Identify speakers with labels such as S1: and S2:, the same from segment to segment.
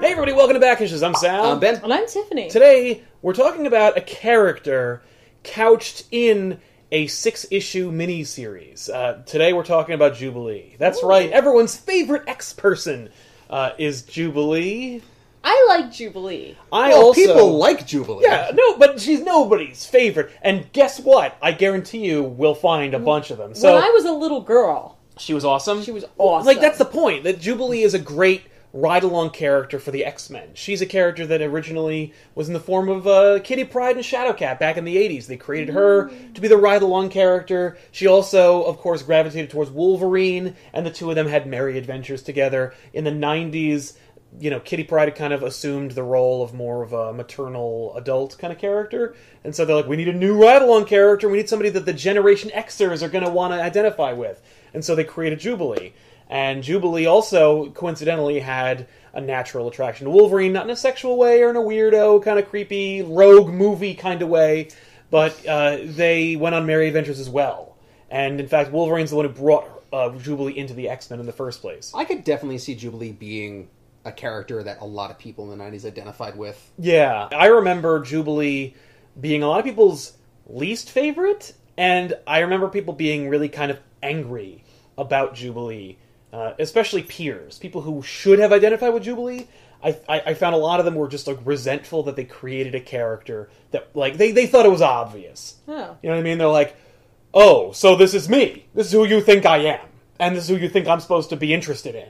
S1: Hey everybody, welcome to Back Issues. I'm Sal.
S2: Um, ben,
S3: And I'm Tiffany.
S1: Today we're talking about a character couched in a six-issue miniseries. Uh, today we're talking about Jubilee. That's
S3: Ooh.
S1: right, everyone's favorite ex-person uh, is Jubilee.
S3: I like Jubilee.
S1: I
S2: well,
S1: also
S2: people like Jubilee.
S1: yeah, no, but she's nobody's favorite. And guess what? I guarantee you, we'll find a bunch of them. So
S3: when I was a little girl,
S1: she was awesome.
S3: she was
S1: Well,
S3: awesome.
S1: Like that's the point that Jubilee is a great ride along character for the X Men. She's a character that originally was in the form of uh, Kitty Pride and Shadowcat back in the '80s. They created her to be the ride along character. She also, of course, gravitated towards Wolverine, and the two of them had merry adventures together in the '90s. You know, Kitty Pride had kind of assumed the role of more of a maternal adult kind of character. And so they're like, we need a new ride along character. We need somebody that the Generation Xers are going to want to identify with. And so they created Jubilee. And Jubilee also coincidentally had a natural attraction to Wolverine, not in a sexual way or in a weirdo, kind of creepy, rogue movie kind of way, but uh, they went on merry adventures as well. And in fact, Wolverine's the one who brought uh, Jubilee into the X Men in the first place.
S2: I could definitely see Jubilee being a character that a lot of people in the '90s identified with.
S1: Yeah, I remember Jubilee being a lot of people's least favorite, and I remember people being really kind of angry about Jubilee, uh, especially peers, people who should have identified with Jubilee. I, I, I found a lot of them were just like resentful that they created a character that like they, they thought it was obvious.
S3: Oh.
S1: You know what I mean? They're like, oh, so this is me. This is who you think I am, and this is who you think I'm supposed to be interested in.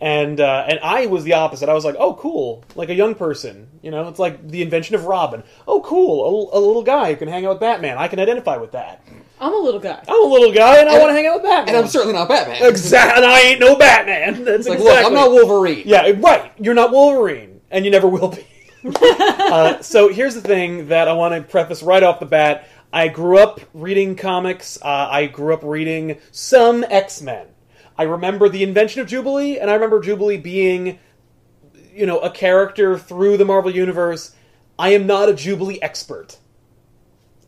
S1: And uh, and I was the opposite. I was like, oh, cool, like a young person. You know, it's like the invention of Robin. Oh, cool, a, a little guy who can hang out with Batman. I can identify with that.
S3: I'm a little guy.
S1: I'm a little guy, and I
S2: And-
S1: want to hang out with Batman.
S2: And I'm certainly not Batman.
S1: exactly. And I ain't no Batman. That's
S2: It's like,
S1: exactly.
S2: look, I'm not Wolverine.
S1: Yeah, right. You're not Wolverine, and you never will be. uh, so here's the thing that I want to preface right off the bat. I grew up reading comics. Uh, I grew up reading some X Men. I remember the invention of Jubilee, and I remember Jubilee being, you know, a character through the Marvel Universe. I am not a Jubilee expert.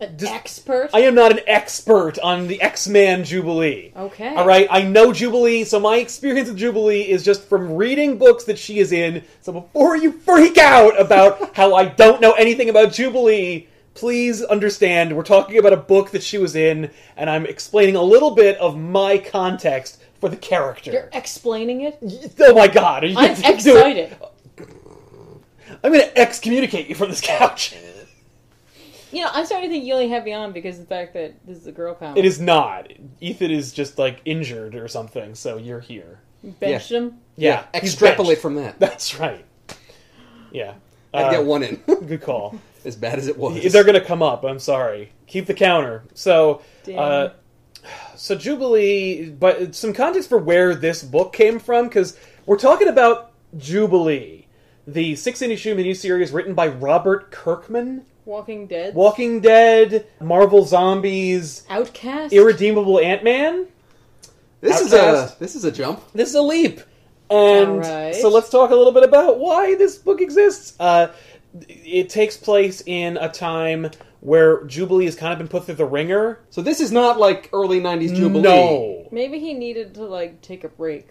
S3: An
S1: Just-
S3: expert.
S1: I am not an expert on the X Man Jubilee.
S3: okay.
S1: All right, I know Jubilee, so my experience with Jubilee is just from reading books that she is in. So before you freak out about how I don't know anything about Jubilee, please understand we're talking about a book that she was in, and I'm explaining a little bit of my context for the
S3: You're
S1: character.
S3: explaining it.
S1: oh my god, are you
S3: I'm
S1: gonna do it?
S3: excited.
S1: I'm gonna excommunicate you from this couch.
S3: You know, I'm starting to think you only have me on because of the fact that this is a girl comic.
S1: It is not. Ethan is just like injured or something, so you're here.
S3: Benched him.
S1: Yeah, he's
S2: Extrapolate
S1: benched.
S2: from that.
S1: That's right. Yeah.
S2: I'd
S1: Uh,
S2: get one in,
S1: Good call.
S2: as bad as it was.
S1: They're going to come up. I'm sorry. Keep the counter. So,
S3: Damn.
S1: uh, so Jubilee. But some context for where this book came from, because we're talking about Jubilee, the six-issue miniseries written by Robert Kirkman,
S3: Walking Dead.
S1: Walking Dead, Marvel Zombies,
S3: Outcast.
S1: Irredeemable Ant Man.
S2: this is a
S1: Outcast.
S2: this is a jump.
S1: This is a leap. And
S3: Alright.
S1: so let's talk a little bit about why this book exists. Uh, it takes place in a time where Jubilee has kind of been put through the ringer.
S2: So this is not like early '90s Jubilee.
S1: No.
S3: Maybe he needed to like take a break.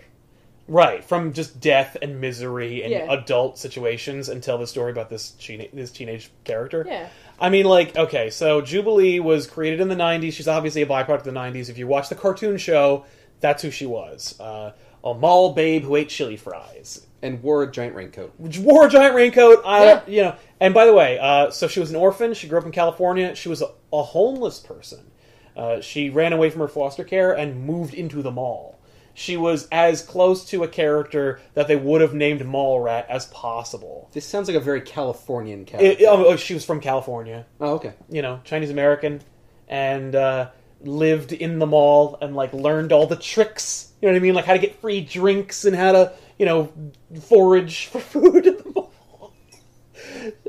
S1: Right, from just death and misery and
S3: Yeah.
S1: adult situations and tell the story about this teen- this teenage character.
S3: Yeah.
S1: I mean, like, okay, so Jubilee was created in the 90s. She's obviously a byproduct of the 90s. If you watch the cartoon show, that's who she was. Uh, a mall babe who ate chili fries.
S2: And wore a giant raincoat.
S1: wore a giant raincoat. I,
S3: Yeah.
S1: you know. And by the way, uh, so she was an orphan. She grew up in California. She was a, a homeless person. Uh, she ran away from her foster care and moved into the mall. She was as close to a character that they would have named Mall Rat as possible.
S2: This sounds like a very Californian character.
S1: It- it- oh, she was from California
S2: oh, okay.
S1: you know, Chinese American, and uh, lived in the mall and like learned all the tricks. You know what I mean? Like how to get free drinks and how to, you know, forage for food at the mall.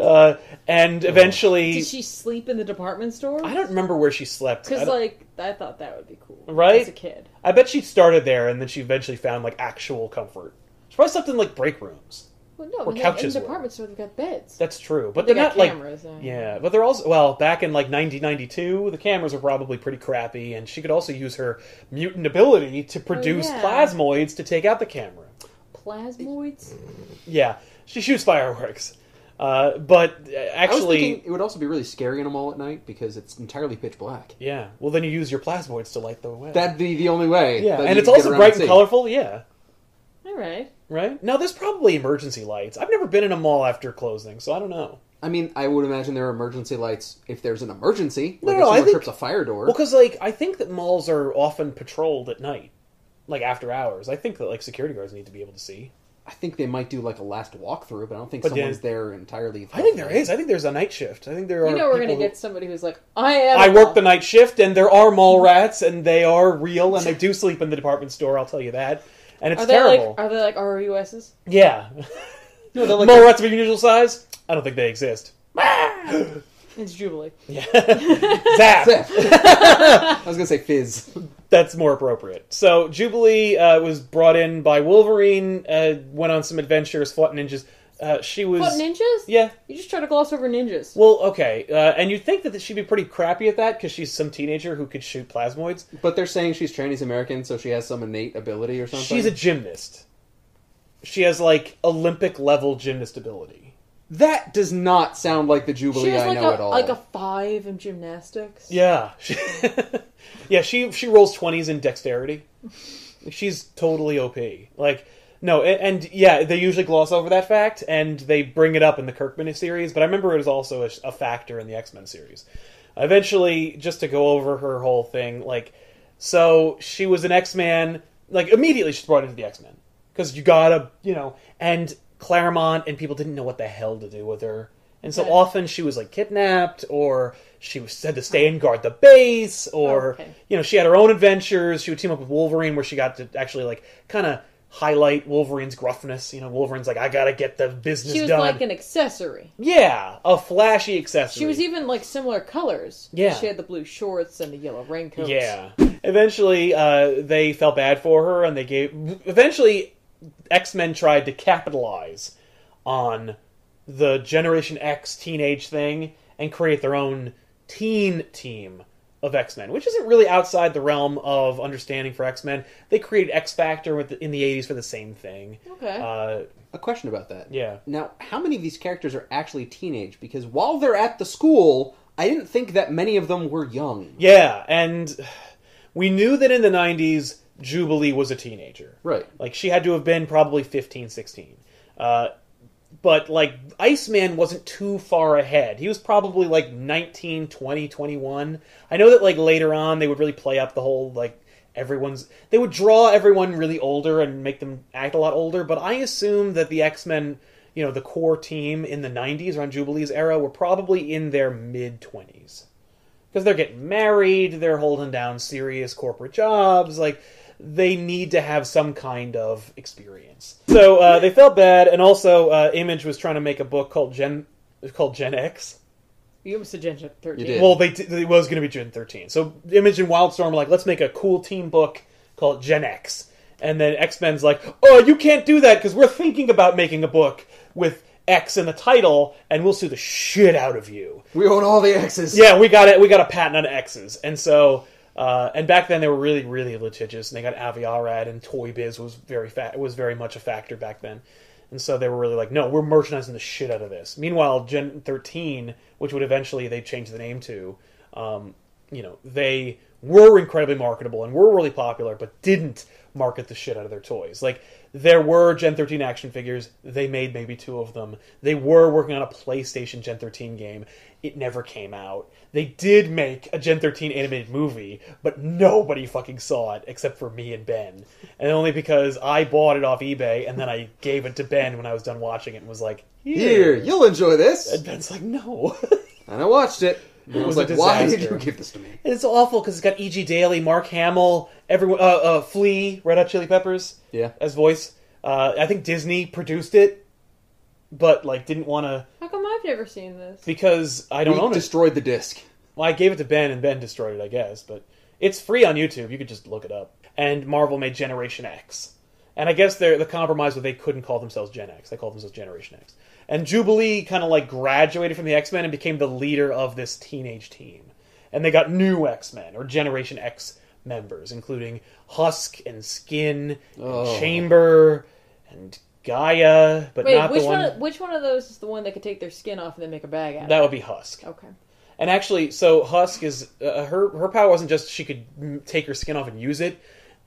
S1: Uh, and eventually,
S3: Did she sleep in the department store?
S1: I don't remember where she slept. I
S3: Because
S1: don't-
S3: like I thought that would be cool.
S1: Right?
S3: As a kid.
S1: I bet she started there and then she eventually found like actual comfort. She probably slept in like break rooms.
S3: Well,
S1: Or
S3: no, but in
S1: couches
S3: the
S1: were.
S3: department store they've got beds.
S1: That's true, but
S3: they
S1: they're
S3: got
S1: not like
S3: cameras. uh,
S1: yeah, but they're also well back in like 1992. The cameras were probably pretty crappy, and she could also use her mutant ability to produce
S3: yeah.
S1: plasmoids to take out the camera.
S3: Plasmoids.
S1: Yeah, she shoots fireworks, uh, but uh,
S2: I was
S1: actually,
S2: thinking it would also be really scary in a mall at night because it's entirely pitch black.
S1: yeah. Well, then you use your plasmoids to light the way.
S2: That'd be the only way.
S1: yeah,
S2: that
S1: and
S2: you
S1: it's
S2: could get
S1: also
S2: around
S1: bright and
S2: see.
S1: colorful. Yeah,
S3: All right.
S1: right. Now there's probably emergency lights. I've never been in a mall after closing, so I don't know.
S2: I mean, I would imagine there are emergency lights if there's an emergency.
S1: No,
S2: Like
S1: no, I
S2: if someone
S1: think-
S2: trips a fire door.
S1: Well, because like I think that malls are often patrolled at night, like after hours. I think that like security guards need to be able to see.
S2: I think they might do like a last walkthrough, but I don't think
S1: But then-
S2: someone's there entirely.
S1: I think there is. I think there's a night shift. I think there are.
S3: You know we're gonna
S1: people who-
S3: get somebody who's like, I am.
S1: I work the night shift, and there are mall rats, and they are real, and they do sleep in the department store. I'll tell you that, and it's
S3: Are they
S1: terrible.
S3: like? Are they like RUSs?
S1: Yeah,
S2: No, they're like
S1: mole rats of unusual size. I don't think they exist.
S3: It's Jubilee.
S1: Yeah, Zap.
S2: I was gonna say fizz.
S1: That's more appropriate. So Jubilee uh, was brought in by Wolverine. Uh, went on some adventures, fought ninjas. Uh, she was
S3: What ninjas?
S1: yeah.
S3: You just try to gloss over ninjas.
S1: Well, okay, uh, and you'd think that she'd be pretty crappy at that because she's some teenager who could shoot plasmoids.
S2: But they're saying she's Chinese American, so she has some innate ability or something.
S1: She's a gymnast. She has like Olympic level gymnast ability.
S2: that does not sound like the
S3: she
S2: Jubilee
S3: was
S2: I
S3: like
S2: know
S3: a
S2: at all.
S3: like a five in gymnastics.
S1: Yeah, She- yeah. She she rolls twenties in dexterity. She's totally OP. Like no, a- and, yeah, they usually gloss over that fact and they bring it up in the Kirkman series. But I remember it was also a, a factor in the X Men series. Eventually, just to go over her whole thing, like so she was an X Man. Like immediately, she's brought into the X Men because you gotta you know and Claremont and people didn't know what the hell to do with her. And so
S3: Right.
S1: often she was like kidnapped, or she was said to stay and guard the base, or
S3: Okay.
S1: you know she had her own adventures. She would team up with Wolverine, where she got to actually like kind of highlight Wolverine's gruffness. You know, Wolverine's like, I gotta get the business
S3: She was
S1: done.
S3: like an accessory.
S1: yeah, a flashy accessory.
S3: She was even like similar colors.
S1: Yeah.
S3: She had the blue shorts and the yellow raincoat.
S1: Yeah. Eventually, uh, they felt bad for her, and they gave. Eventually, X Men tried to capitalize on the Generation X teenage thing and create their own teen team of X Men, which isn't really outside the realm of understanding for X Men. They created X Factor with in the '80s for the same thing.
S3: Okay.
S1: Uh,
S2: A question about that.
S1: yeah.
S2: Now, how many of these characters are actually teenage? Because while they're at the school, I didn't think that many of them were young.
S1: Yeah, and we knew that in the 90s, Jubilee was a teenager.
S2: Right.
S1: Like, she had to have been probably 15, 16. Uh, but, like, Iceman wasn't too far ahead. He was probably, like, 19, 20, 21. I know that, like, later on, they would really play up the whole, like, everyone's. They would draw everyone really older and make them act a lot older, but I assume that the X Men. You know, the core team in the 90s around Jubilee's era were probably in their mid 20s because they're getting married, they're holding down serious corporate jobs, like they need to have some kind of experience. So uh, they felt bad, and also uh, Image was trying to make a book called Gen called Gen X.
S3: you almost said Gen Gen 13.
S2: You did.
S1: Well, they t- it was going to be Gen 13. So Image and Wildstorm were like, let's make a cool teen book called Gen X. And then X Men's like, oh, you can't do that because we're thinking about making a book with X in the title, and we'll sue the shit out of you.
S2: We own all the X's.
S1: Yeah, we got it. We got a patent on X's, and so uh, and back then they were really, really litigious, and they got Aviarad and Toy Biz was very fat was very much a factor back then, and so they were really like, no, we're merchandising the shit out of this. Meanwhile, Gen thirteen, which would eventually they changed the name to, um, you know, they were incredibly marketable and were really popular, but didn't market the shit out of their toys. Like there were Gen 13 action figures, they made maybe two of them. They were working on a PlayStation Gen 13 game. It never came out. They did make a Gen 13 animated movie, but nobody fucking saw it except for me and Ben. And only because I bought it off eBay and then I gave it to Ben when I was done watching it and was like,
S2: Here,
S1: "Here."
S2: you'll enjoy this.
S1: And Ben's like, "No."
S2: And I watched it. And I
S1: was
S2: was,
S1: a
S2: like, why did
S1: disaster.
S2: you give this to me?
S1: And it's awful because it's got E.G. Daly, Mark Hamill, everyone, uh, uh, Flea, Red Hot Chili Peppers
S2: Yeah.
S1: as voice. Uh, I think Disney produced it, but like didn't want to
S3: How come I've never seen this?
S1: because I don't
S2: we
S1: own it.
S2: destroyed the disc.
S1: Well, I gave it to Ben, and Ben destroyed it, I guess. But it's free on YouTube. You could just look it up. And Marvel made Generation X, And I guess they're, the compromise was they couldn't call themselves Gen X; they called themselves Generation X. And Jubilee kind of like graduated from the X Men and became the leader of this teenage team. And they got new X Men or Generation X members, including Husk and Skin, and
S2: Oh.
S1: Chamber, and Gaia, but
S3: Wait,
S1: not
S3: which
S1: the
S3: one?
S1: one.
S3: Which one of those is the one that could take their skin off and then make a bag out? of
S1: That would be Husk.
S3: it? Okay.
S1: And actually, so Husk is uh, her her power wasn't just she could mm, take her skin off and use it.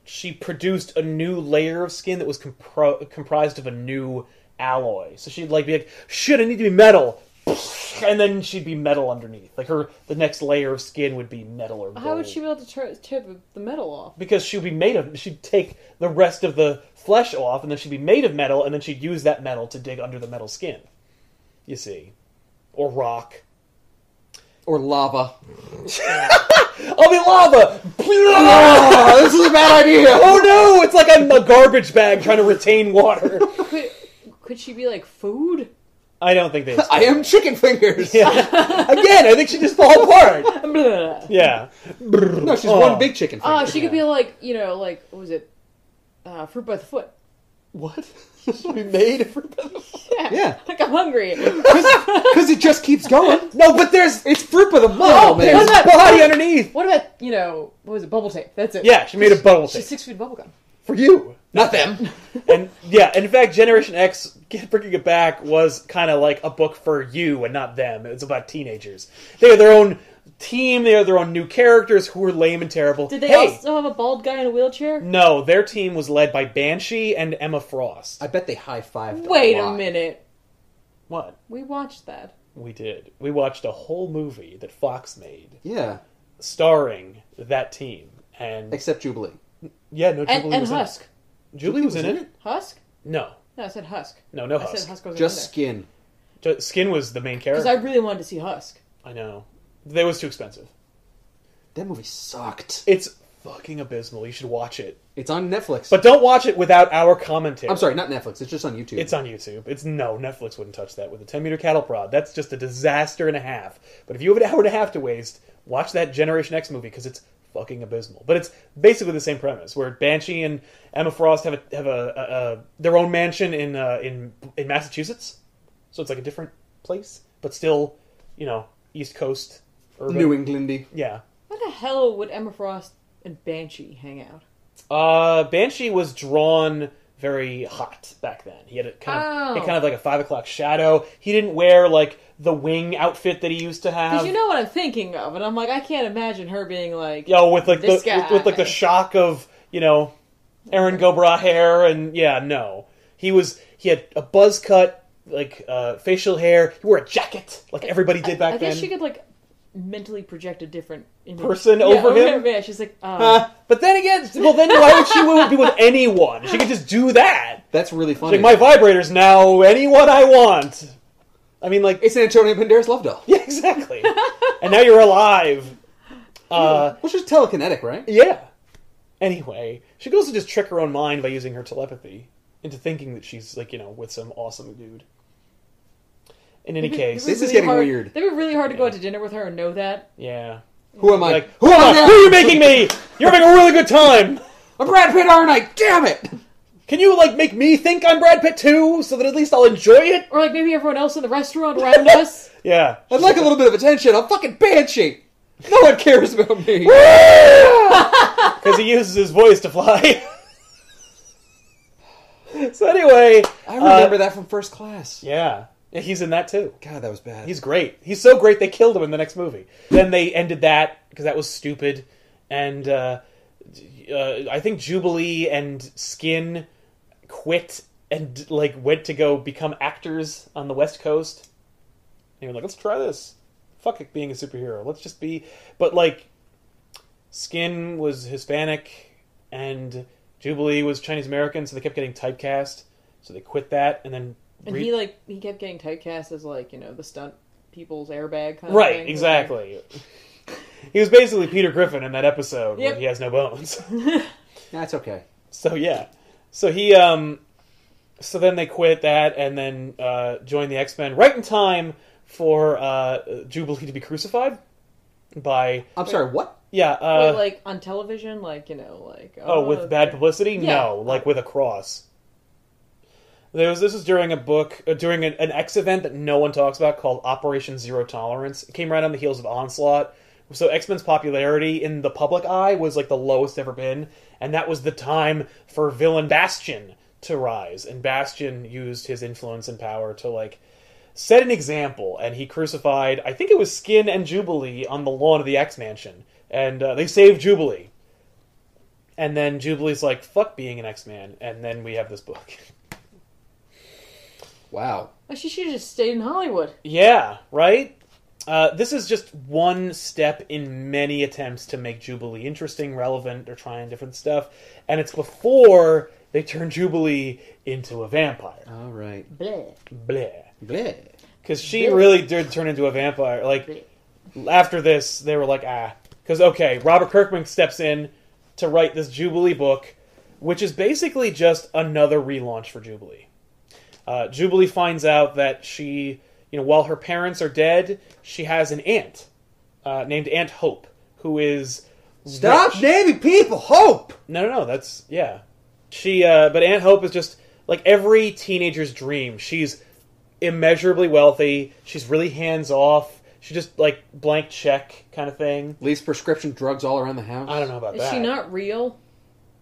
S1: She produced a new layer of skin that was compro- comprised of a new alloy. So she'd like be like, "Shit, I need to be metal," and then she'd be metal underneath. Like her, the next layer of skin would be metal or gold.
S3: How would she be able to tur- chip the metal off?
S1: Because she'd be made of. She'd take the rest of the flesh off, and then she'd be made of metal, and then she'd use that metal to dig under the metal skin. You see, or rock.
S2: Or lava.
S1: I'll be lava.
S2: oh, this is a bad idea.
S1: Oh no! It's like I'm a garbage bag trying to retain water.
S3: Could could she be like food?
S1: I don't think they.
S2: I am chicken fingers.
S1: Yeah. Again, I think she just fall apart.
S3: Blah.
S1: Yeah.
S2: No, she's
S1: Oh.
S2: one big chicken finger.
S3: Ah, she could be like you know like what was it? Uh, fruit by the foot.
S2: what? we made for
S3: Yeah.
S2: Yeah.
S3: Like I'm hungry.
S2: because it just keeps going. No, but there's it's fruit by the mud.
S1: Oh,
S2: man.
S1: there's a body underneath.
S3: What about you know what was it? Bubble tape. That's it.
S1: Yeah, she made a bubble
S3: She's
S1: tape
S3: six feet bubble gum.
S1: for you.
S2: Not them.
S1: And yeah, and in fact, Generation X, get- bringing it back, was kind of like a book for you and not them. It was about teenagers. They had their own team. They had their own new characters who were lame and terrible.
S3: Did they
S1: hey,
S3: also have a bald guy in a wheelchair?
S1: no, their team was led by Banshee and Emma Frost.
S2: I bet they high fived.
S3: Wait
S2: a
S3: a
S2: lot.
S3: minute.
S1: What?
S3: We watched that.
S1: We did. We watched a whole movie that Fox made
S2: Yeah,
S1: starring that team. And
S2: except Jubilee.
S1: yeah, no, Jubilee
S3: And, and
S1: was
S3: Husk.
S1: in it. Jubilee was in it?
S3: Husk?
S1: No.
S3: No, I said Husk.
S1: No, no
S3: I
S1: Husk.
S3: said Husk wasn't
S2: Just
S3: in
S2: skin.
S1: Ju- Skin was the main
S3: because
S1: character.
S3: I
S1: I...
S3: really wanted to see Husk.
S1: know. That was too expensive.
S2: That movie sucked.
S1: It's fucking abysmal. You should watch it.
S2: It's on Netflix.
S1: But don't watch it without our commentary.
S2: I'm sorry, not Netflix. It's just on YouTube.
S1: It's on YouTube. It's no, Netflix wouldn't touch that with a 10 meter cattle prod. That's just a disaster and a half. But if you have an hour and a half to waste, watch that Generation X movie because it's fucking abysmal. But it's basically the same premise where Banshee and Emma Frost have a, have a, a, a their own mansion in uh, in in Massachusetts, so it's like a different place, but still, you know, East Coast urban.
S2: New Englandy.
S1: Yeah.
S3: Where the hell would Emma Frost and Banshee hang out?
S1: Uh, Banshee was drawn very hot back then. He had a kind of,
S3: Oh.
S1: he had kind of like a five o'clock shadow. He didn't wear like the wing outfit that he used to have.
S3: Because you know what I'm thinking of, and I'm like, I can't imagine her being like,
S1: you know, with like the
S3: This
S1: with, with, like the
S3: guy.
S1: shock of you know, Aaron Gobra hair and yeah, no, he was he had a buzz cut, like uh, facial hair. He wore a jacket like everybody did back
S3: I
S1: then.
S3: guess she could like mentally project a different image.
S1: Person
S3: Yeah,
S1: over him?
S3: Yeah, she's like, um,
S1: Uh, but then again, well, then why would she would be with anyone? She could just do that.
S2: That's really funny.
S1: Like my vibrator's now anyone I want. I mean, like
S2: it's an Antonio Banderas love doll.
S1: Yeah, exactly. and now you're alive. Uh,
S2: Well, she's telekinetic, right?
S1: yeah. Anyway, she goes to just trick her own mind by using her telepathy into thinking that she's like you know with some awesome dude. In
S3: Mm-hmm.
S1: any case,
S2: This is
S3: really
S2: getting
S3: hard-
S2: weird.
S3: That'd be really hard to go
S1: Yeah.
S3: out to dinner with her and know that.
S1: yeah.
S2: Who am I?
S1: Like, who
S2: Oh,
S1: am I? Who are you making me? You're having a really good time.
S2: I'm Brad Pitt, aren't I? Damn it!
S1: Can you like make me think I'm Brad Pitt too, so that at least I'll enjoy it?
S3: Or like maybe everyone else in the restaurant around us.
S1: Yeah.
S2: I'd like a little bit of attention. I'm fucking banshee. No one cares about me.
S1: because he uses his voice to fly. so anyway,
S2: I remember
S1: uh,
S2: that from first class.
S1: Yeah, Yeah, he's in that too.
S2: God, that was bad.
S1: He's great. He's so great they killed him in the next movie. Then they ended that because that was stupid. And uh, uh, I think Jubilee and Skin quit and like went to go become actors on the West Coast. They were like, let's try this. Fuck it, being a superhero. Let's just be. But like, Skin was Hispanic and Jubilee was Chinese American, so they kept getting typecast. So they quit that and then.
S3: And
S1: re-
S3: he like he kept getting typecast as like you know the stunt people's airbag kind of
S1: Right,
S3: thing.
S1: exactly. he was basically Peter Griffin in that episode
S3: Yep.
S1: where he has no bones.
S2: That's okay.
S1: so yeah. So he um so then they quit that and then uh joined the X-Men right in time for uh Jubilee to be crucified by
S2: I'm sorry. What?
S1: Yeah. Uh,
S3: But, like on television, like you know, like
S1: oh, with bad publicity?
S3: Yeah.
S1: No, like with a cross. There was, this is during a book, uh, during an, an X event that no one talks about called Operation Zero Tolerance. It came right on the heels of Onslaught. So X Men's popularity in the public eye was like the lowest ever been, and that was the time for villain Bastion to rise. And Bastion used his influence and power to like set an example, and he crucified, I think it was Skin and Jubilee on the lawn of the X Mansion, and uh, they saved Jubilee. And then Jubilee's like, "Fuck being an X Man," and then we have this book.
S2: Wow.
S3: Well, she should have just stayed in Hollywood.
S1: yeah, right. Uh, this is just one step in many attempts to make Jubilee interesting, relevant. They're trying different stuff, and it's before they turn Jubilee into a vampire.
S2: All right.
S3: Bleh.
S1: Bleh.
S2: Bleh.
S1: Because she really did turn into a vampire. Like after this, they were like, ah, because okay, Robert Kirkman steps in to write this Jubilee book, which is basically just another relaunch for Jubilee. Uh, Jubilee finds out that she, you know, while her parents are dead, she has an aunt uh, named Aunt Hope, who is
S2: Stop
S1: rich.
S2: naming people hope.
S1: No, no, no. That's yeah. She, uh, but Aunt Hope is just like every teenager's dream. She's immeasurably wealthy. She's really hands off. She just like blank check kind of thing.
S2: Leaves prescription drugs all around the house.
S1: I don't know about
S3: Is
S1: that.
S3: she not real?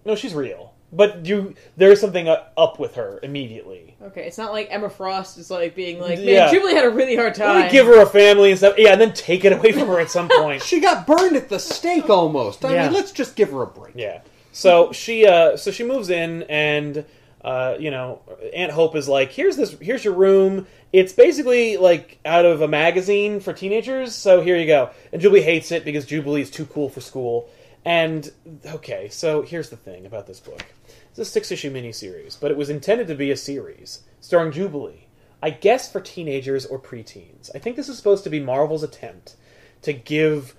S1: No, she's real. But you, there's something uh, up with her immediately.
S3: Okay, it's not like Emma Frost is like being like, man,
S1: Yeah.
S3: Jubilee had a really hard
S1: Let
S3: time.
S1: me give her a family and stuff. Yeah, and then take it away from her at some point.
S2: She got burned at the stake almost. I
S1: Yeah.
S2: mean, let's just give her a break.
S1: Yeah. So she uh so she moves in and uh you know Aunt Hope is like here's this here's your room. It's basically like out of a magazine for teenagers. So here you go. And Jubilee hates it because Jubilee is too cool for school. And okay, so here's the thing about this book. It's a six issue miniseries, but it was intended to be a series starring Jubilee. I guess for teenagers or preteens. I think this is supposed to be Marvel's attempt to give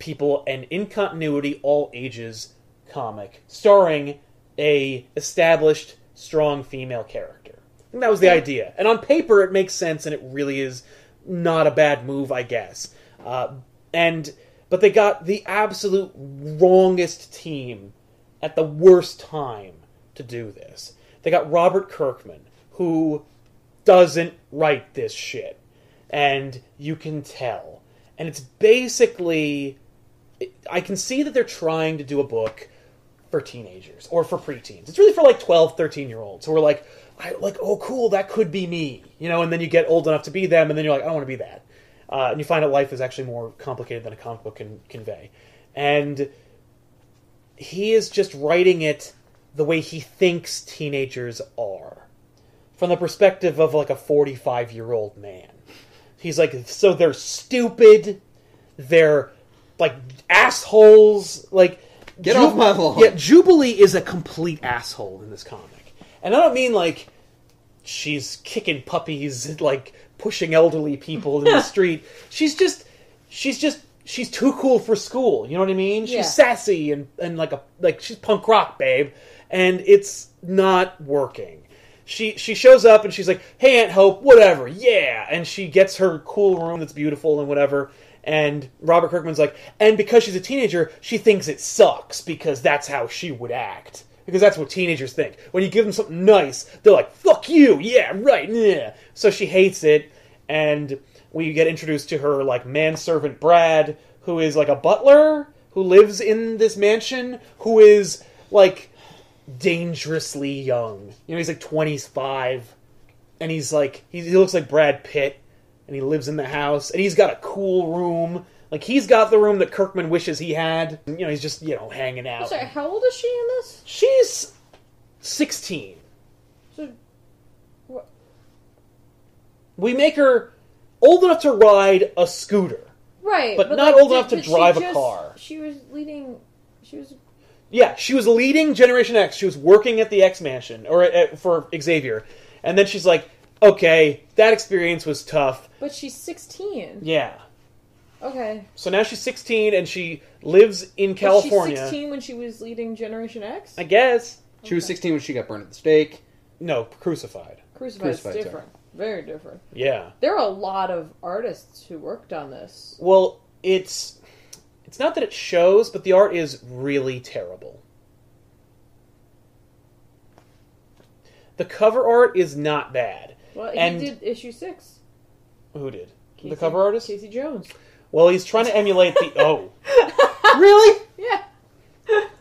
S1: people and in continuity all ages comic starring a established strong female character i think that was the idea and on paper it makes sense and it really is not a bad move i guess uh, and but they got the absolute wrongest team at the worst time to do this they got robert kirkman who doesn't write this shit and you can tell and it's basically I can see that they're trying to do a book for teenagers or for preteens. It's really for like 12, 13 year olds who are like, I, like, oh, cool, that could be me, you know. And then you get old enough to be them, and then you're like, I don't want to be that. Uh, and you find out life is actually more complicated than a comic book can convey. And he is just writing it the way he thinks teenagers are, from the perspective of like a 45 year old man. He's like, so they're stupid they're like assholes. Like
S2: Get off my lawn.
S1: Yeah, Jubilee is a complete asshole in this comic, and I don't mean like she's kicking puppies, and, like pushing elderly people in the street. She's just, she's just, she's too cool for school. You know what I mean? She's
S3: Yeah.
S1: sassy and and like a like she's punk rock, babe, and it's not working. She she shows up and she's like, "Hey, Aunt Hope, whatever, yeah," and she gets her cool room that's beautiful and whatever. And Robert Kirkman's like, and because she's a teenager, she thinks it sucks because that's how she would act. Because that's what teenagers think. When you give them something nice, they're like, fuck you, yeah, right, yeah. So she hates it, and we get introduced to her, like, manservant Brad, who is, like, a butler who lives in this mansion, who is, like, dangerously young. You know, he's like 25, and he's like, he, he looks like Brad Pitt, and he lives in the house, and he's got a cool room. Like, he's got the room that Kirkman wishes he had. You know, he's just, you know, hanging out.
S3: Sorry, how old is she in this?
S1: She's 16.
S3: So, what?
S1: We make her old enough to ride a scooter.
S3: Right,
S1: But not old enough to
S3: but she
S1: drive a
S3: just-
S1: car.
S3: She was leading. She was.
S1: Yeah, she was leading Generation X. She was working at the X Mansion or at, for Xavier, and then she's like, "Okay, that experience was tough."
S3: But she's sixteen.
S1: Yeah.
S3: Okay.
S1: So now she's 16 and she lives in California.
S3: She's sixteen when she was leading Generation X.
S1: I guess.
S2: She was 16 when she got burned at the stake.
S1: No, crucified.
S3: Crucified's
S2: Crucified, sorry.
S3: different. Very different.
S1: Yeah.
S3: There are a lot of artists who worked on this.
S1: Well, it's It's not that it shows, but the art is really terrible. The cover art is not bad.
S3: Well, he
S1: And-
S3: did issue six.
S1: Who did?
S3: Casey,
S1: The cover artist?
S3: Casey Jones.
S1: Well, he's trying to emulate the oh.
S2: Really?
S3: Yeah,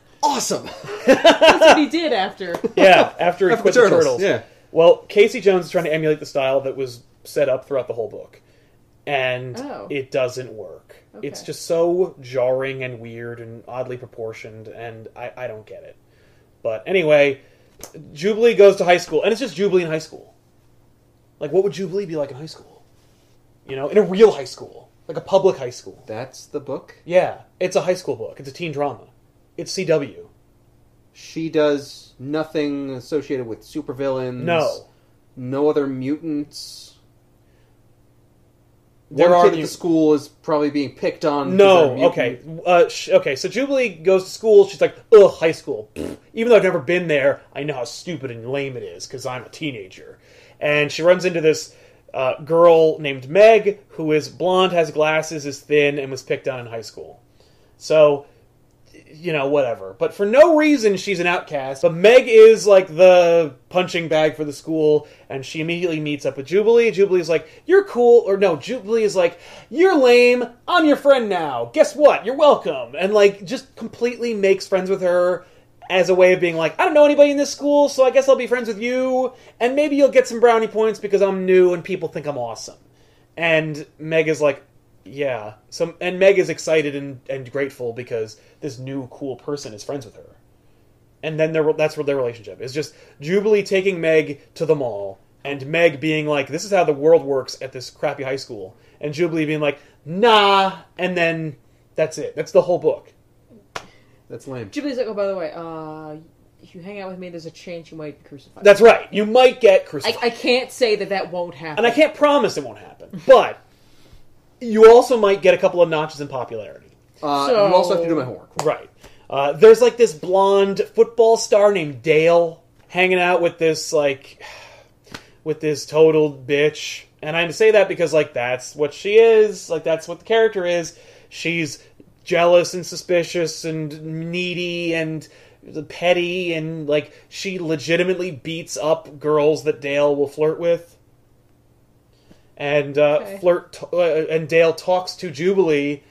S2: Awesome.
S3: that's what he did after.
S1: yeah, after he
S2: After
S1: quit
S2: the
S1: the
S2: Turtles,
S1: turtles.
S2: yeah.
S1: Well, Casey Jones is trying to emulate the style that was set up throughout the whole book, and
S3: Oh.
S1: it doesn't work. It's
S3: Okay.
S1: just so jarring and weird and oddly proportioned, and I, I don't get it. But anyway, Jubilee goes to high school, and it's just Jubilee in high school. Like, what would Jubilee be like in high school? You know, in a real high school, like a public high school.
S2: That's the book.
S1: Yeah, it's a high school book. It's a teen drama. It's CW.
S2: She does nothing associated with supervillains.
S1: No.
S2: No other mutants.
S1: There
S2: One
S1: are
S2: kid at the
S1: mut-
S2: school is probably being picked on. 'cause they're a
S1: No,
S2: mutant.
S1: okay, uh, sh- okay. So Jubilee goes to school. She's like, "Ugh, high school." Pfft. Even though I've never been there, I know how stupid and lame it is because I'm a teenager. And she runs into this uh, girl named Meg, who is blonde, has glasses, is thin, and was picked on in high school. So, you know, whatever. But for no reason, she's an outcast. But Meg is like the punching bag for the school, and she immediately meets up with Jubilee. Jubilee's like, You're cool. Or no, Jubilee is like, You're lame. I'm your friend now. Guess what? You're welcome. And like, just completely makes friends with her as a way of being like, I don't know anybody in this school, so I guess I'll be friends with you, and maybe you'll get some brownie points because I'm new and people think I'm awesome. And Meg is like, yeah. So and Meg is excited and, and grateful because this new cool person is friends with her. And then their that's where their relationship is just Jubilee taking Meg to the mall and Meg being like, "This is how the world works at this crappy high school," and Jubilee being like, "Nah," and then that's it. That's the whole book.
S2: That's lame.
S3: Jubilee's like, oh, by the way, uh, if you hang out with me, there's a chance you might be crucified.
S1: That's right. You might get crucified.
S3: I, I can't say that that won't
S1: and
S3: happen.
S1: I can't promise it won't happen, but you also might get a couple of notches in popularity.
S2: Uh,
S3: So-
S2: You also have to do my homework.
S1: Right. Uh, there's like this blonde football star named Dale hanging out with this like with this total bitch. And I say that because like that's what she is. Like that's what the character is. She's jealous and suspicious and needy and petty and like she legitimately beats up girls that Dale will flirt with. And uh,
S3: Okay.
S1: flirt uh, and Dale talks to Jubilee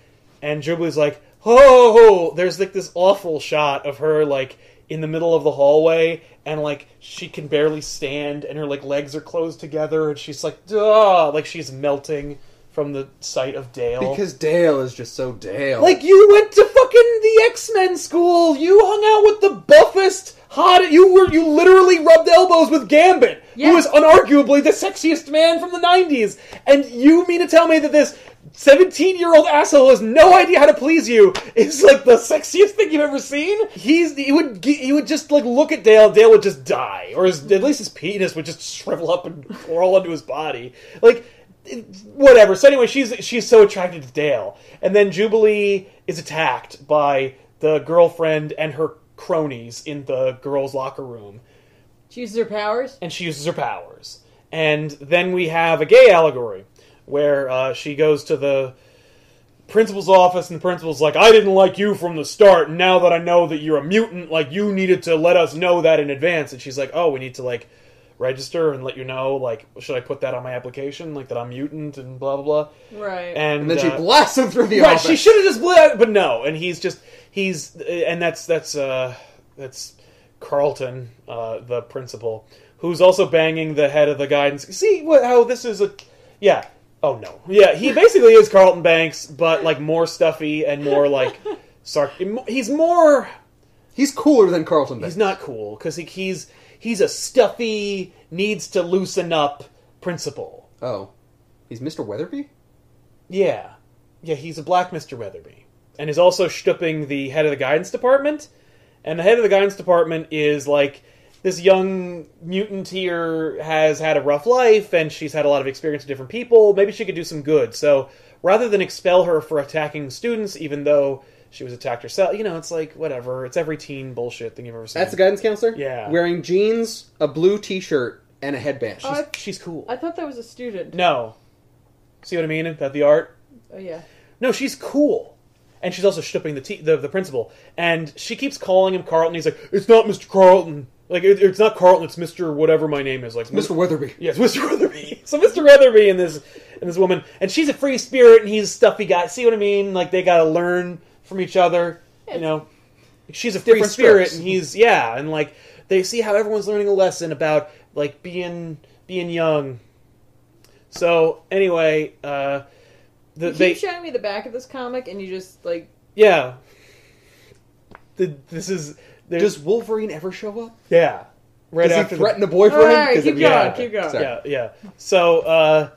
S1: and Jubilee's like, "Oh!" There's like this awful shot of her like in the middle of the hallway, and like she can barely stand, and her like legs are closed together, and she's like, "Duh!" Like she's melting from the sight of Dale.
S2: Because Dale is just so Dale.
S1: like you went to fucking the X Men school, you hung out with the buffest, hot. You were you literally rubbed elbows with Gambit,
S3: Yeah.
S1: who is unarguably the sexiest man from the '90s, and you mean to tell me that this 17 year old asshole who has no idea how to please you is like the sexiest thing you've ever seen? He's he would ge- he would just like look at Dale, Dale would just die, or his, at least his penis would just shrivel up and crawl into his body, like. it- Whatever. So anyway, she's she's so attracted to Dale, and then Jubilee is attacked by the girlfriend and her cronies in the girls' locker room,
S3: She uses her powers.
S1: and she uses her powers. And then we have a gay allegory where uh, she goes to the principal's office, and the principal's like, I didn't like you from the start, and now that I know that you're a mutant, like, you needed to let us know that in advance. And she's like, Oh, we need to, like, register and let you know, like, should I put that on my application, like, that I'm mutant, and blah, blah, blah.
S3: Right.
S1: And,
S2: and then she
S1: uh,
S2: blasts him through the
S1: Right,
S2: office.
S1: she should have just blew out, but no. And he's just he's and that's that's uh that's Carlton, uh, the principal, who's also banging the head of the guidance. See what, how this is a yeah. Oh no, yeah. He basically is Carlton Banks, but like more stuffy and more like sarc. He's more
S2: He's cooler than Carlton Banks.
S1: he's not cool because he, he's he's a stuffy needs to loosen up principal.
S2: Oh. He's Mr. Weatherby?
S1: Yeah. Yeah, he's a black Mr. Weatherby. And is also stooping the head of the guidance department. And the head of the guidance department is like this young mutant here has had a rough life and she's had a lot of experience with different people. Maybe she could do some good. So rather than expel her for attacking students, even though she was attacked herself, you know, it's like whatever. It's every teen bullshit thing you've ever seen.
S2: That's the guidance counselor?
S1: Yeah.
S2: Wearing jeans, a blue t shirt, and a headband.
S3: Oh, I-
S1: She's cool.
S3: I thought that was a student.
S1: No. See what I mean? About the art?
S3: Oh yeah.
S1: No, she's cool. and she's also shtipping the, te- the the principal. And she keeps calling him Carlton. He's like, "It's not Mr. Carlton. Like, it, it's not Carlton. It's Mr. Whatever my name is. Like,
S2: Mr. Weatherby.
S1: Yes, Mr. Weatherby. So Mr. Weatherby and this and this woman, and she's a free spirit, and he's a stuffy guy. See what I mean? Like they gotta learn from each other. You know, she's a free
S2: Different
S1: spirit,
S2: strokes.
S1: and he's yeah, and like they see how everyone's learning a lesson about like being being young. So anyway, uh, the,
S3: you
S1: they
S3: keep showing me the back of this comic, and you just like
S1: yeah, the, this is there's
S2: Does Wolverine ever show up?
S1: yeah right
S2: Does
S1: after
S2: he
S1: the-
S2: threaten a boyfriend?
S3: All right,
S2: 'Cause it'd
S3: keep
S2: be-
S1: going,
S3: keep going.
S2: Sorry.
S1: yeah, yeah. So, uh,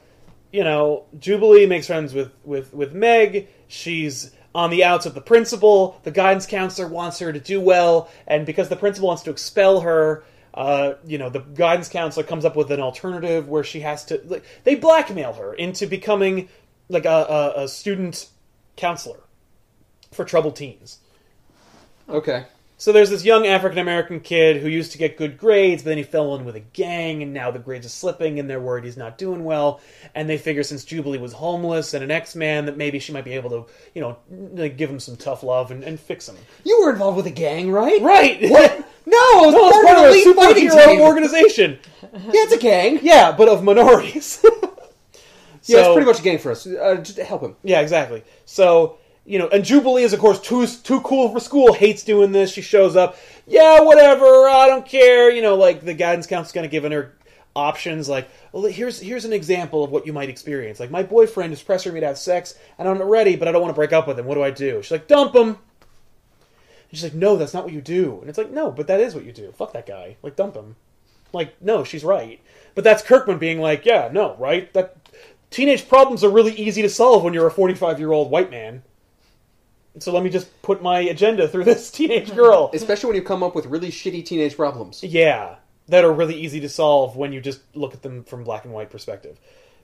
S1: you know, Jubilee makes friends with, with, with Meg. She's on the outs of the principal. The guidance counselor wants her to do well, and because the principal wants to expel her, uh, you know, the guidance counselor comes up with an alternative where she has to. Like, they blackmail her into becoming like a, a, a student counselor for troubled teens.
S2: Okay.
S1: So there's this young African American kid who used to get good grades, but then he fell in with a gang, and now the grades are slipping, and they're worried he's not doing well. And they figure since Jubilee was homeless and an X-Man, that maybe she might be able to, you know, like, give him some tough love and, and fix him.
S2: You were involved with a gang, right?
S1: Right?
S2: What? No, I was
S1: Well, it's
S2: part, of an elite
S1: part of
S2: fighting
S1: a superhero
S2: team.
S1: organization.
S2: yeah, it's a gang.
S1: Yeah, but of minorities.
S2: yeah, it's
S1: So-
S2: pretty much a gang for us. Uh, just help him.
S1: Yeah, exactly. So you know, and Jubilee is of course too too cool for school. Hates doing this. She shows up. Yeah, whatever. I don't care. You know, like the guidance counselor's kind of giving her options. Like, well, here's here's an example of what you might experience. Like, my boyfriend is pressuring me to have sex, and I'm not ready, but I don't want to break up with him. What do I do? She's like, dump him. And she's like, no, that's not what you do. And it's like, no, but that is what you do. Fuck that guy. Like, dump him. Like, no, she's right. But that's Kirkman being like, yeah, no, right? That teenage problems are really easy to solve when you're a 45 year old white man. So let me just put my agenda through this teenage girl.
S2: Especially when you come up with really shitty teenage problems.
S1: Yeah, that are really easy to solve when you just look at them from black and white perspective.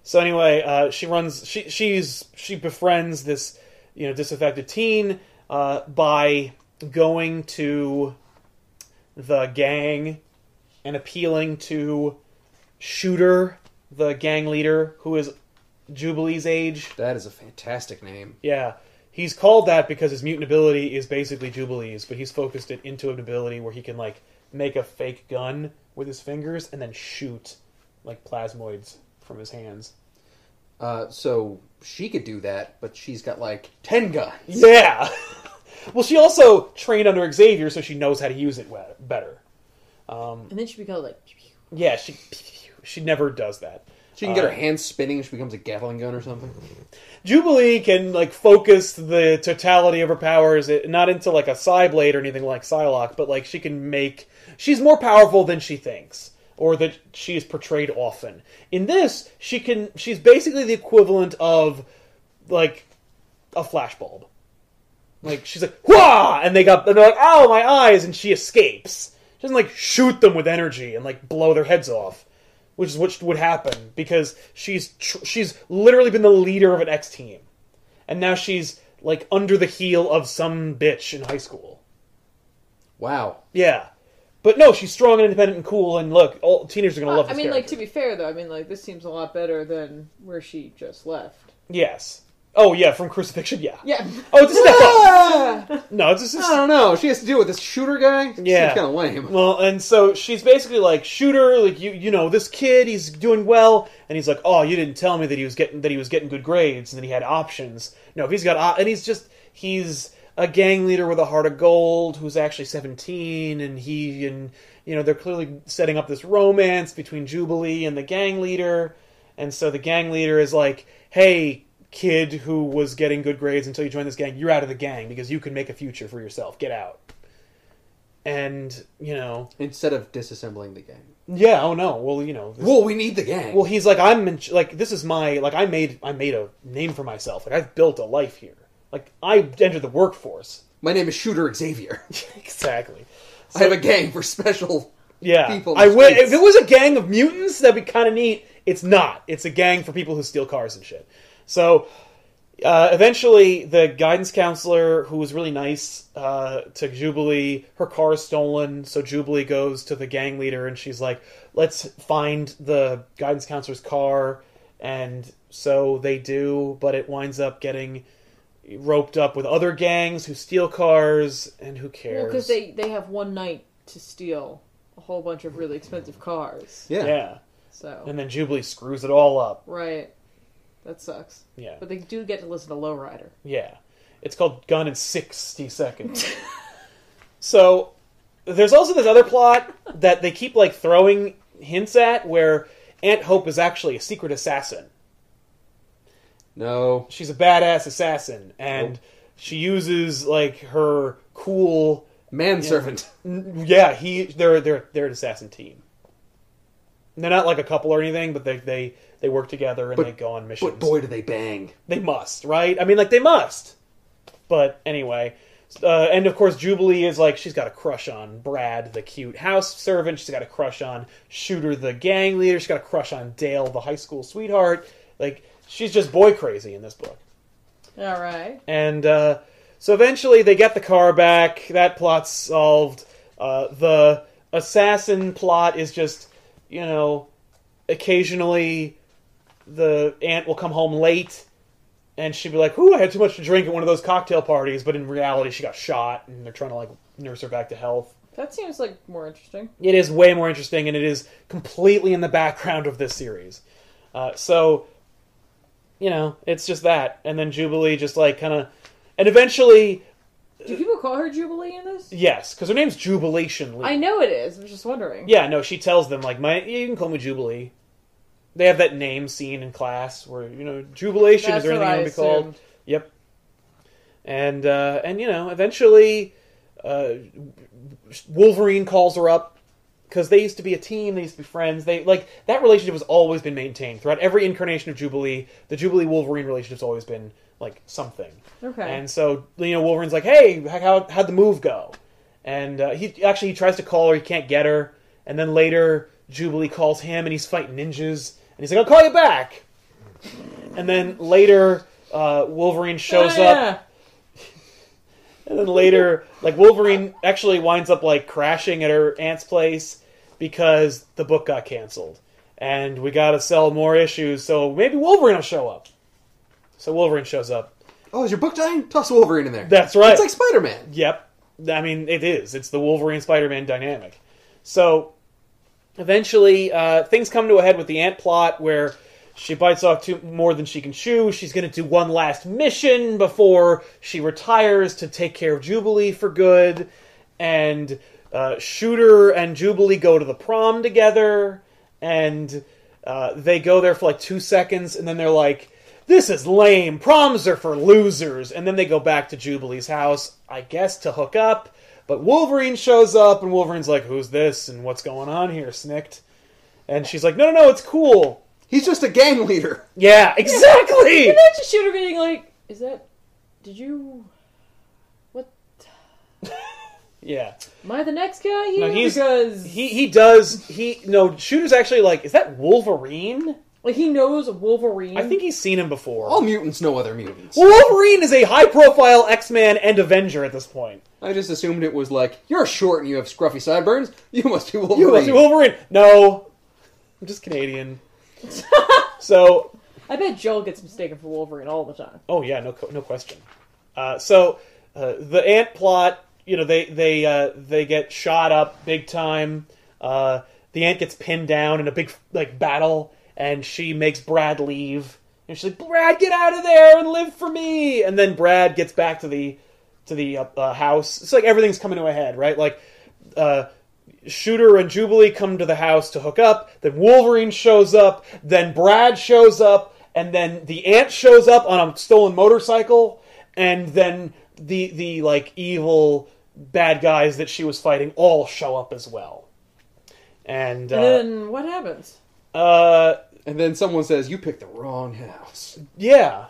S1: So anyway, uh, she runs. She she's she befriends this you know disaffected teen uh, by going to the gang and appealing to Shooter, the gang leader, who is Jubilee's age.
S2: That is a fantastic name.
S1: Yeah. He's called that because his mutant ability is basically Jubilee's, but he's focused it into an ability where he can like make a fake gun with his fingers and then shoot like plasmoids from his hands.
S2: Uh, so she could do that, but she's got like ten guns.
S1: Yeah. well, she also trained under Xavier, so she knows how to use it we- better.
S3: and then she would be called like pew, pew.
S1: Yeah, she she never does that.
S2: She can get
S1: Uh,
S2: her hands spinning. She becomes a Gatling gun or something.
S1: Jubilee can like focus the totality of her powers, it- not into like a psi blade or anything like Psylocke, but like she can make. She's more powerful than she thinks, or that she is portrayed often. In this, she can. She's basically the equivalent of like a flashbulb. Like she's like wah, and they got and they're like ow my eyes, and she escapes. She doesn't like shoot them with energy and like blow their heads off, which is what would happen because she's tr- she's literally been the leader of an X team, and now she's like under the heel of some bitch in high school.
S2: Wow.
S1: Yeah, but no, she's strong and independent and cool. And look, all teenagers are gonna love.
S3: Uh, I
S1: This
S3: mean, like
S1: character.
S3: to be fair though, I mean, like this seems a lot better than where she just left.
S1: yes. Oh yeah, from crucifixion. Yeah.
S3: Yeah,
S1: Oh, it's a step up.
S2: Ah!
S1: No, it's just.
S2: I don't know. She has to deal with this shooter guy.
S1: Yeah.
S2: Seems kind of lame.
S1: Well, and so she's basically like, shooter, like you, you know, this kid, he's doing well, and he's like, oh, you didn't tell me that he was getting that he was getting good grades and that he had options. No, if he's got, op- and he's just he's a gang leader with a heart of gold who's actually seventeen, and he and you know they're clearly setting up this romance between Jubilee and the gang leader, and so the gang leader is like, hey. Kid who was getting good grades until you joined this gang, you're out of the gang because you can make a future for yourself. Get out. And, you know,
S2: Instead of disassembling the gang.
S1: yeah. Oh no. Well, you know. this-
S2: Well, we need the gang.
S1: well, he's like I'm in, like this is my like I made I made a name for myself. Like I've built a life here. Like I entered the workforce.
S2: my name is Shooter Xavier.
S1: Exactly.
S2: I have a gang for special.
S1: Yeah.
S2: people in
S1: I
S2: the
S1: would
S2: streets.
S1: if it was a gang of mutants. That'd be kind of neat. It's not. It's a gang for people who steal cars and shit. So. Uh, eventually, the guidance counselor, who was really nice uh, to Jubilee, her car is stolen. So Jubilee goes to the gang leader, and she's like, "Let's find the guidance counselor's car." And so they do, but it winds up getting roped up with other gangs who steal cars, and who cares?
S3: Well, because they they have one night to steal a whole bunch of really expensive cars.
S2: Yeah.
S1: yeah,
S3: So
S1: and then Jubilee screws it all up.
S3: right, that sucks.
S1: Yeah,
S3: But they do get to listen to Lowrider.
S1: yeah. It's called Gun in sixty seconds. so there's also this other plot that they keep like throwing hints at, where Aunt Hope is actually a secret assassin.
S2: No.
S1: she's a badass assassin and
S2: Nope.
S1: she uses like her cool
S2: Manservant.
S1: yeah he they're they're they're an assassin team they're not like a couple or anything but they they they work together and
S2: But-
S1: they go on missions
S2: But boy, do they bang.
S1: they must right i mean like they must but anyway uh, and of course jubilee is like she's got a crush on brad the cute house servant she's got a crush on shooter the gang leader she's got a crush on dale the high school sweetheart like she's just boy crazy in this book
S3: All right.
S1: and uh, so eventually they get the car back. That plot's solved. Uh, the assassin plot is just, you know, occasionally the aunt will come home late and she'd be like, Ooh, I had too much to drink at one of those cocktail parties. But in reality, she got shot and they're trying to, like, nurse her back to health.
S3: That seems like more interesting.
S1: It is way more interesting and it is completely in the background of this series. Uh, so you know, it's just that, and then Jubilee just like kind of, and eventually, Uh,
S3: Do people call her Jubilee in this?
S1: yes, because her name's Jubilation Lee.
S3: I know it is. I was just wondering.
S1: yeah, no, she tells them like, my, you can call me Jubilee. They have that name scene in class where you know Jubilation
S3: That's
S1: is there
S3: what
S1: anything to
S3: I
S1: be called?
S3: assumed.
S1: Yep. And uh, and you know, eventually, uh, Wolverine calls her up because they used to be a team. They used to be friends. They like that relationship has always been maintained throughout every incarnation of Jubilee. The Jubilee Wolverine relationship's always been like something.
S3: Okay.
S1: And so, you know, Wolverine's like, "Hey, how how'd the move go?" And uh, he actually he tries to call her, he can't get her, and then later Jubilee calls him, and he's fighting ninjas, and he's like, "I'll call you back." And then later, uh, Wolverine shows
S3: Oh,
S1: up, and then later, like Wolverine actually winds up like crashing at her aunt's place because the book got canceled, and we got to sell more issues, so maybe Wolverine will show up. So Wolverine shows up.
S2: Oh, is your book dying? Toss Wolverine in there.
S1: That's right.
S2: It's like Spider Man.
S1: Yep. I mean, it is. It's the Wolverine Spider Man dynamic. So, eventually, uh, things come to a head with the ant plot where she bites off two, more than she can chew. She's going to do one last mission before she retires to take care of Jubilee for good. And uh, Shooter and Jubilee go to the prom together. And uh, they go there for like two seconds. And then they're like, this is lame. Proms are for losers. And then they go back to Jubilee's house, I guess, to hook up. But Wolverine shows up, and Wolverine's like, Who's this? And what's going on here, Snicked? And she's like, No, no, no, it's cool.
S2: He's just a gang leader.
S1: Yeah, exactly.
S3: Imagine Shooter being like, "Is that? Did you? What?
S1: Yeah.
S3: Am I the next guy here?
S1: he's-
S3: because
S1: He he does he no shooter's actually like, is that Wolverine?
S3: like he knows Wolverine.
S1: I think he's seen him before.
S2: All mutants, no other mutants.
S1: Well, Wolverine is a high profile X Man and Avenger at this point.
S2: I just assumed it was like, you're short and you have scruffy sideburns. You must be Wolverine.
S1: You must be Wolverine. No. I'm just Canadian. so
S3: I bet Joel gets mistaken for Wolverine all the time.
S1: Oh yeah, no, co- no question. Uh, so uh, the ant plot, you know, they they uh, they get shot up big time. Uh, the ant gets pinned down in a big like battle, and she makes Brad leave. And she's like, "Brad, get out of there and live for me." And then Brad gets back to the to the uh, uh, house. It's like everything's coming to a head, right? Like. Uh, Shooter and Jubilee come to the house to hook up. Then Wolverine shows up. Then Brad shows up, and then the ant shows up on a stolen motorcycle. And then the the like evil bad guys that she was fighting all show up as well. And uh,
S3: And then what happens?
S1: uh,
S2: And then someone says, you picked the wrong house.
S1: yeah,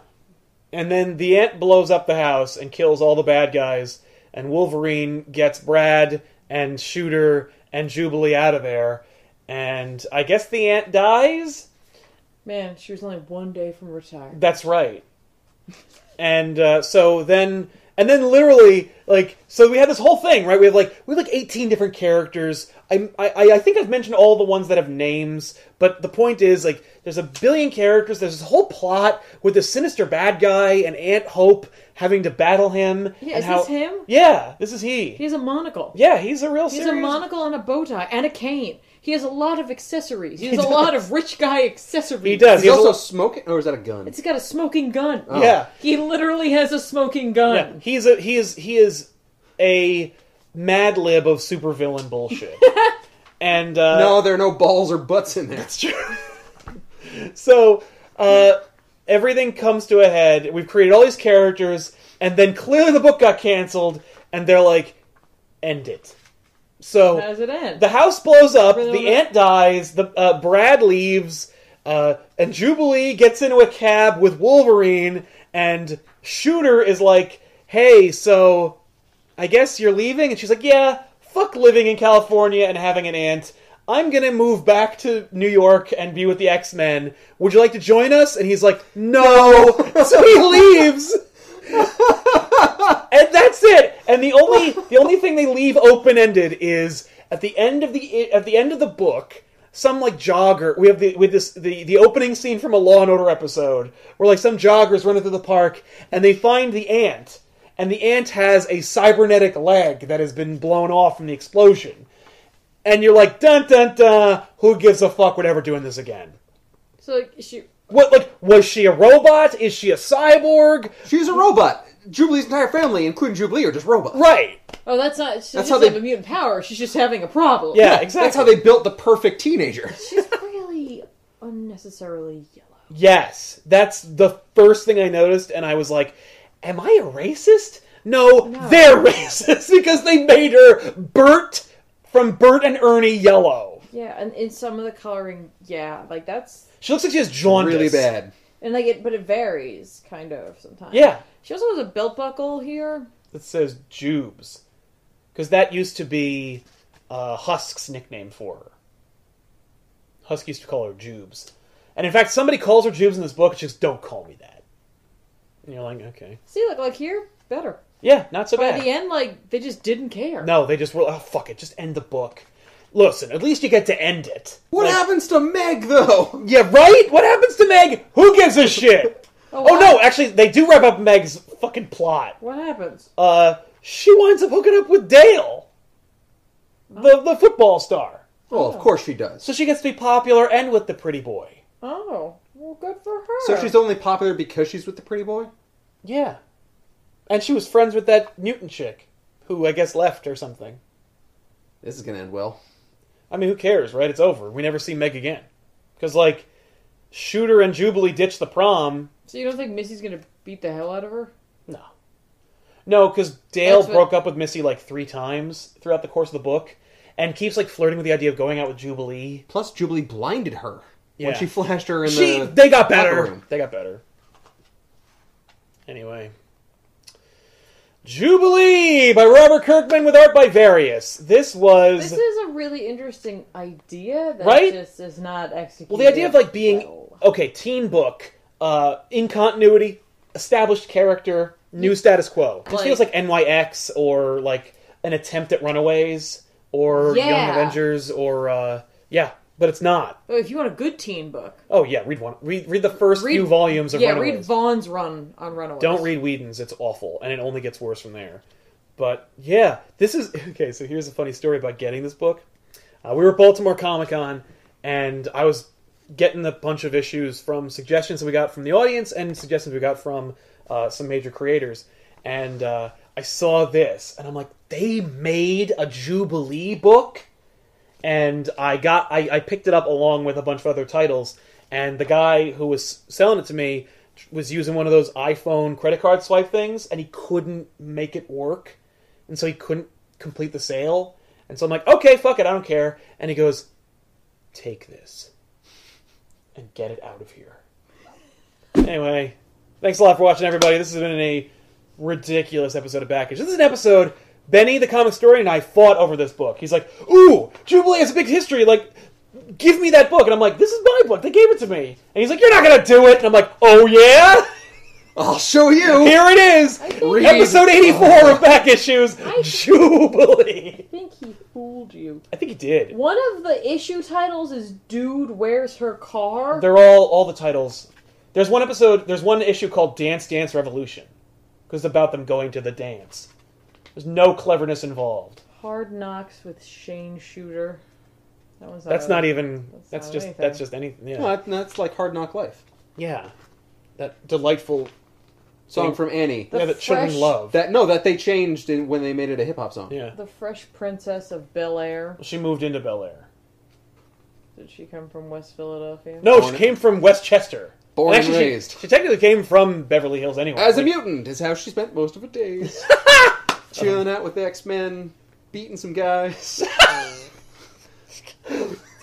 S1: and then the ant blows up the house and kills all the bad guys. And Wolverine gets Brad and Shooter and Jubilee out of there. And I guess the ant dies.
S3: Man, she was only one day from retired.
S1: That's right. And uh, so then And then literally, like, so we had this whole thing, right? We have like we have like eighteen different characters. I, I I think I've mentioned all the ones that have names, but the point is like there's a billion characters. There's this whole plot with this sinister bad guy and Aunt Hope having to battle him.
S3: Yeah,
S1: and
S3: is
S1: how,
S3: this him?
S1: Yeah, this is he.
S3: He has a monocle.
S1: yeah, he's a real.
S3: He has a
S1: serious-
S3: monocle and a bow tie and a cane. He has a lot of accessories. He has a lot of rich guy accessories.
S1: He does.
S2: He's
S1: has a
S2: also
S1: lo-
S2: smoking, or is that a gun?
S3: It's got a smoking gun.
S2: Oh.
S1: Yeah,
S3: He literally has a smoking
S1: yeah.
S3: gun.
S1: He's a he is he is a mad lib of supervillain bullshit. and uh,
S2: no, there are no balls or butts in there.
S1: It's true. so uh, everything comes to a head. We've created all these characters, and then clearly the book got canceled, and they're like, end it. So
S3: How does it end?
S1: the house blows up.
S3: Really
S1: The
S3: wanna-
S1: aunt dies. The uh, Brad leaves, uh, and Jubilee gets into a cab with Wolverine. And Shooter is like, "Hey, so I guess you're leaving?" And she's like, "Yeah, fuck living in California and having an aunt. I'm gonna move back to New York and be with the X Men. Would you like to join us?" And he's like, "No." so he leaves and that's it. And the only the only thing they leave open ended is at the end of the at the end of the book, some like jogger. We have the with this the the opening scene from a Law and Order episode where like some joggers running through the park and they find the ant, and the ant has a cybernetic leg that has been blown off from the explosion. And you're like, dun dun dun, who gives a fuck would ever doing this again?
S3: so like, she,
S1: What like was she a robot? Is she a cyborg?
S2: She's a robot. Jubilee's entire family, including Jubilee, are just robots.
S1: Right.
S3: oh, that's not. She
S2: That's
S3: that's
S2: how
S3: how
S2: they-
S3: have a mutant power. She's just having a problem.
S1: Yeah, exactly.
S2: That's how they built the perfect teenager.
S3: she's really unnecessarily yellow.
S1: Yes, that's the first thing I noticed, and I was like, "Am I a racist?" No,
S3: No.
S1: they're racist because they made her Bert from Bert and Ernie yellow.
S3: Yeah, and in some of the coloring, yeah, like that's
S1: She looks like she has jaundice.
S2: Really bad.
S3: and like it, but it varies kind of sometimes.
S1: Yeah,
S3: She also has a belt buckle here.
S1: it says Jubes, because that used to be uh, Husk's nickname for her. Husk used to call her Jubes, and in fact, somebody calls her Jubes in this book. It's just don't call me that. And you're like, okay,
S3: See, like like here, better.
S1: yeah, not so
S3: By
S1: bad.
S3: the end, like they just didn't care.
S1: No, they just were oh fuck it, just end the book. Listen, at least you get to end it.
S2: What
S1: Like,
S2: happens to Meg, though?
S1: Yeah, right? What happens to Meg? Who gives a shit?
S3: Oh,
S1: oh
S3: wow.
S1: no, actually they do wrap up Meg's fucking plot.
S3: What happens?
S1: Uh she winds up hooking up with Dale. The the football star.
S2: Well, of course she does.
S1: Oh. So she gets to be popular and with the pretty boy.
S3: Oh, well, good for her.
S2: So she's only popular because she's with the pretty boy?
S1: Yeah. And she was friends with that Newton chick, who I guess left or something.
S2: This is going to end well.
S1: I mean, who cares, right? It's over. We never see Meg again. Because, like, Shooter and Jubilee ditch the prom,
S3: So you don't think Missy's gonna beat the hell out of her?
S1: No. No, because Dale
S3: That's what-
S1: broke up with Missy like three times throughout the course of the book and keeps like flirting with the idea of going out with Jubilee.
S2: Plus, Jubilee blinded her
S1: Yeah.
S2: when she flashed her in
S1: She,
S2: the.
S1: they got
S2: locker
S1: better.
S2: room.
S1: They got better. Anyway. Jubilee by Robert Kirkman with art by Various. This was.
S3: This is a really interesting idea that
S1: Right?
S3: just is not executed.
S1: Well, the idea of like being
S3: well.
S1: okay, teen book, uh, in continuity, established character, new status quo. This
S3: Like-
S1: feels like NYX or like an attempt at Runaways or Young
S3: Yeah.
S1: Avengers or uh, yeah, but it's not.
S3: Oh, if you want a good teen book,
S1: Oh yeah, read one. Read read the first
S3: Read-
S1: few volumes of
S3: yeah,
S1: Runaways.
S3: read Vaughn's run on Runaways.
S1: Don't read Whedon's; it's awful, and it only gets worse from there. But yeah, this is okay. So here's a funny story about getting this book. Uh, we were at Baltimore Comic Con, and I was getting the bunch of issues from suggestions that we got from the audience and suggestions we got from uh, some major creators. And uh, I saw this, and I'm like, they made a Jubilee book and I got I, I picked it up along with a bunch of other titles. And the guy who was selling it to me was using one of those iPhone credit card swipe things, and he couldn't make it work, and so he couldn't complete the sale. And so I'm like, okay, fuck it, I don't care. And he goes, take this and get it out of here. Anyway, thanks a lot for watching, everybody. This has been a ridiculous episode of Backage. This is an episode Benny, the comic story, and I fought over this book. He's like, "Ooh, Jubilee has a big history. Like, give me that book." And I'm like, "This is my book. They gave it to me." And he's like, "You're not gonna do it." And I'm like, "Oh yeah."
S2: I'll show you.
S1: Here it is!
S2: Read.
S1: Episode 84 of Back Issues Jubilee!
S3: I think he fooled you.
S1: I think he did.
S3: One of the issue titles is "Dude Where's Her Car."
S1: They're all, all the titles. There's one episode, there's one issue called Dance Dance Revolution. Because it's about them going to the dance. There's no cleverness involved.
S3: Hard Knocks with Shane Shooter. That one's
S1: That's
S3: a-
S1: not even,
S3: That's
S1: that's
S3: not
S1: just,
S3: anything.
S1: that's just anything. Yeah.
S2: No, that- that's like Hard Knock Life
S1: yeah. That delightful,
S2: song from Annie.
S3: The
S1: yeah, that children
S3: fresh-
S1: love.
S2: That no, that they changed in, when they made it a hip hop song.
S1: yeah.
S3: The Fresh Princess of Bel Air.
S1: She moved into Bel Air.
S3: Did she come from West Philadelphia?
S1: No,
S2: Born-
S1: she came from Westchester.
S2: Born
S1: And
S2: and
S1: actually, she-
S2: raised.
S1: She, technically came from Beverly Hills anyway.
S2: As a
S1: Like,
S2: mutant is how she spent most of her days. Chilling out with the X Men, beating some guys. I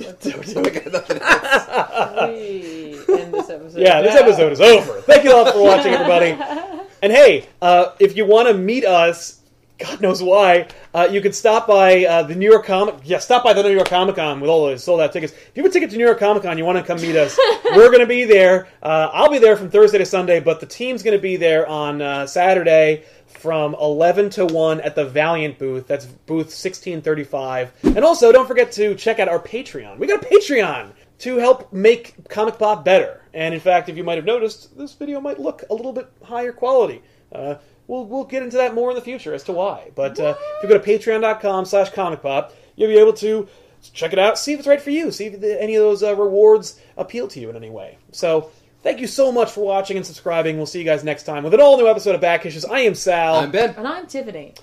S2: got nothing else.
S3: We end this episode.
S1: Yeah, this episode is over. Thank you all for watching, everybody. And hey, uh, if you want to meet us, God knows why, uh, you could stop by uh, the New York Comic. Yeah, stop by the New York Comic Con with all those sold out tickets. If you have a ticket to New York Comic Con, you want to come meet us. We're going to be there. Uh, I'll be there from Thursday to Sunday, but the team's going to be there on uh, Saturday from 11 to 1 at the Valiant booth. That's booth 1635. And also, don't forget to check out our Patreon. We got a Patreon to help make Comic Pop better. And in fact, if you might have noticed, this video might look a little bit higher quality. Uh, we'll, we'll get into that more in the future as to why. But uh, if you go to patreon.com slash comic pop, you'll be able to check it out, see if it's right for you, see if the, any of those uh, rewards appeal to you in any way. So thank you so much for watching and subscribing. We'll see you guys next time with an all new episode of Back Issues. I am Sal.
S2: I'm Ben.
S3: And I'm Tiffany.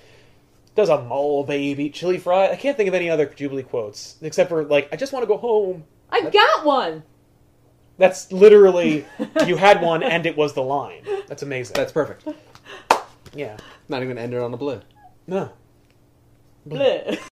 S1: Does a mole baby chili fry? I can't think of any other Jubilee quotes except for like, I just want to go home.
S3: I got one.
S1: That's literally you had one and it was the line. That's amazing.
S2: That's perfect.
S1: yeah.
S2: Not even ended on a blue.
S1: No.
S3: Bleh.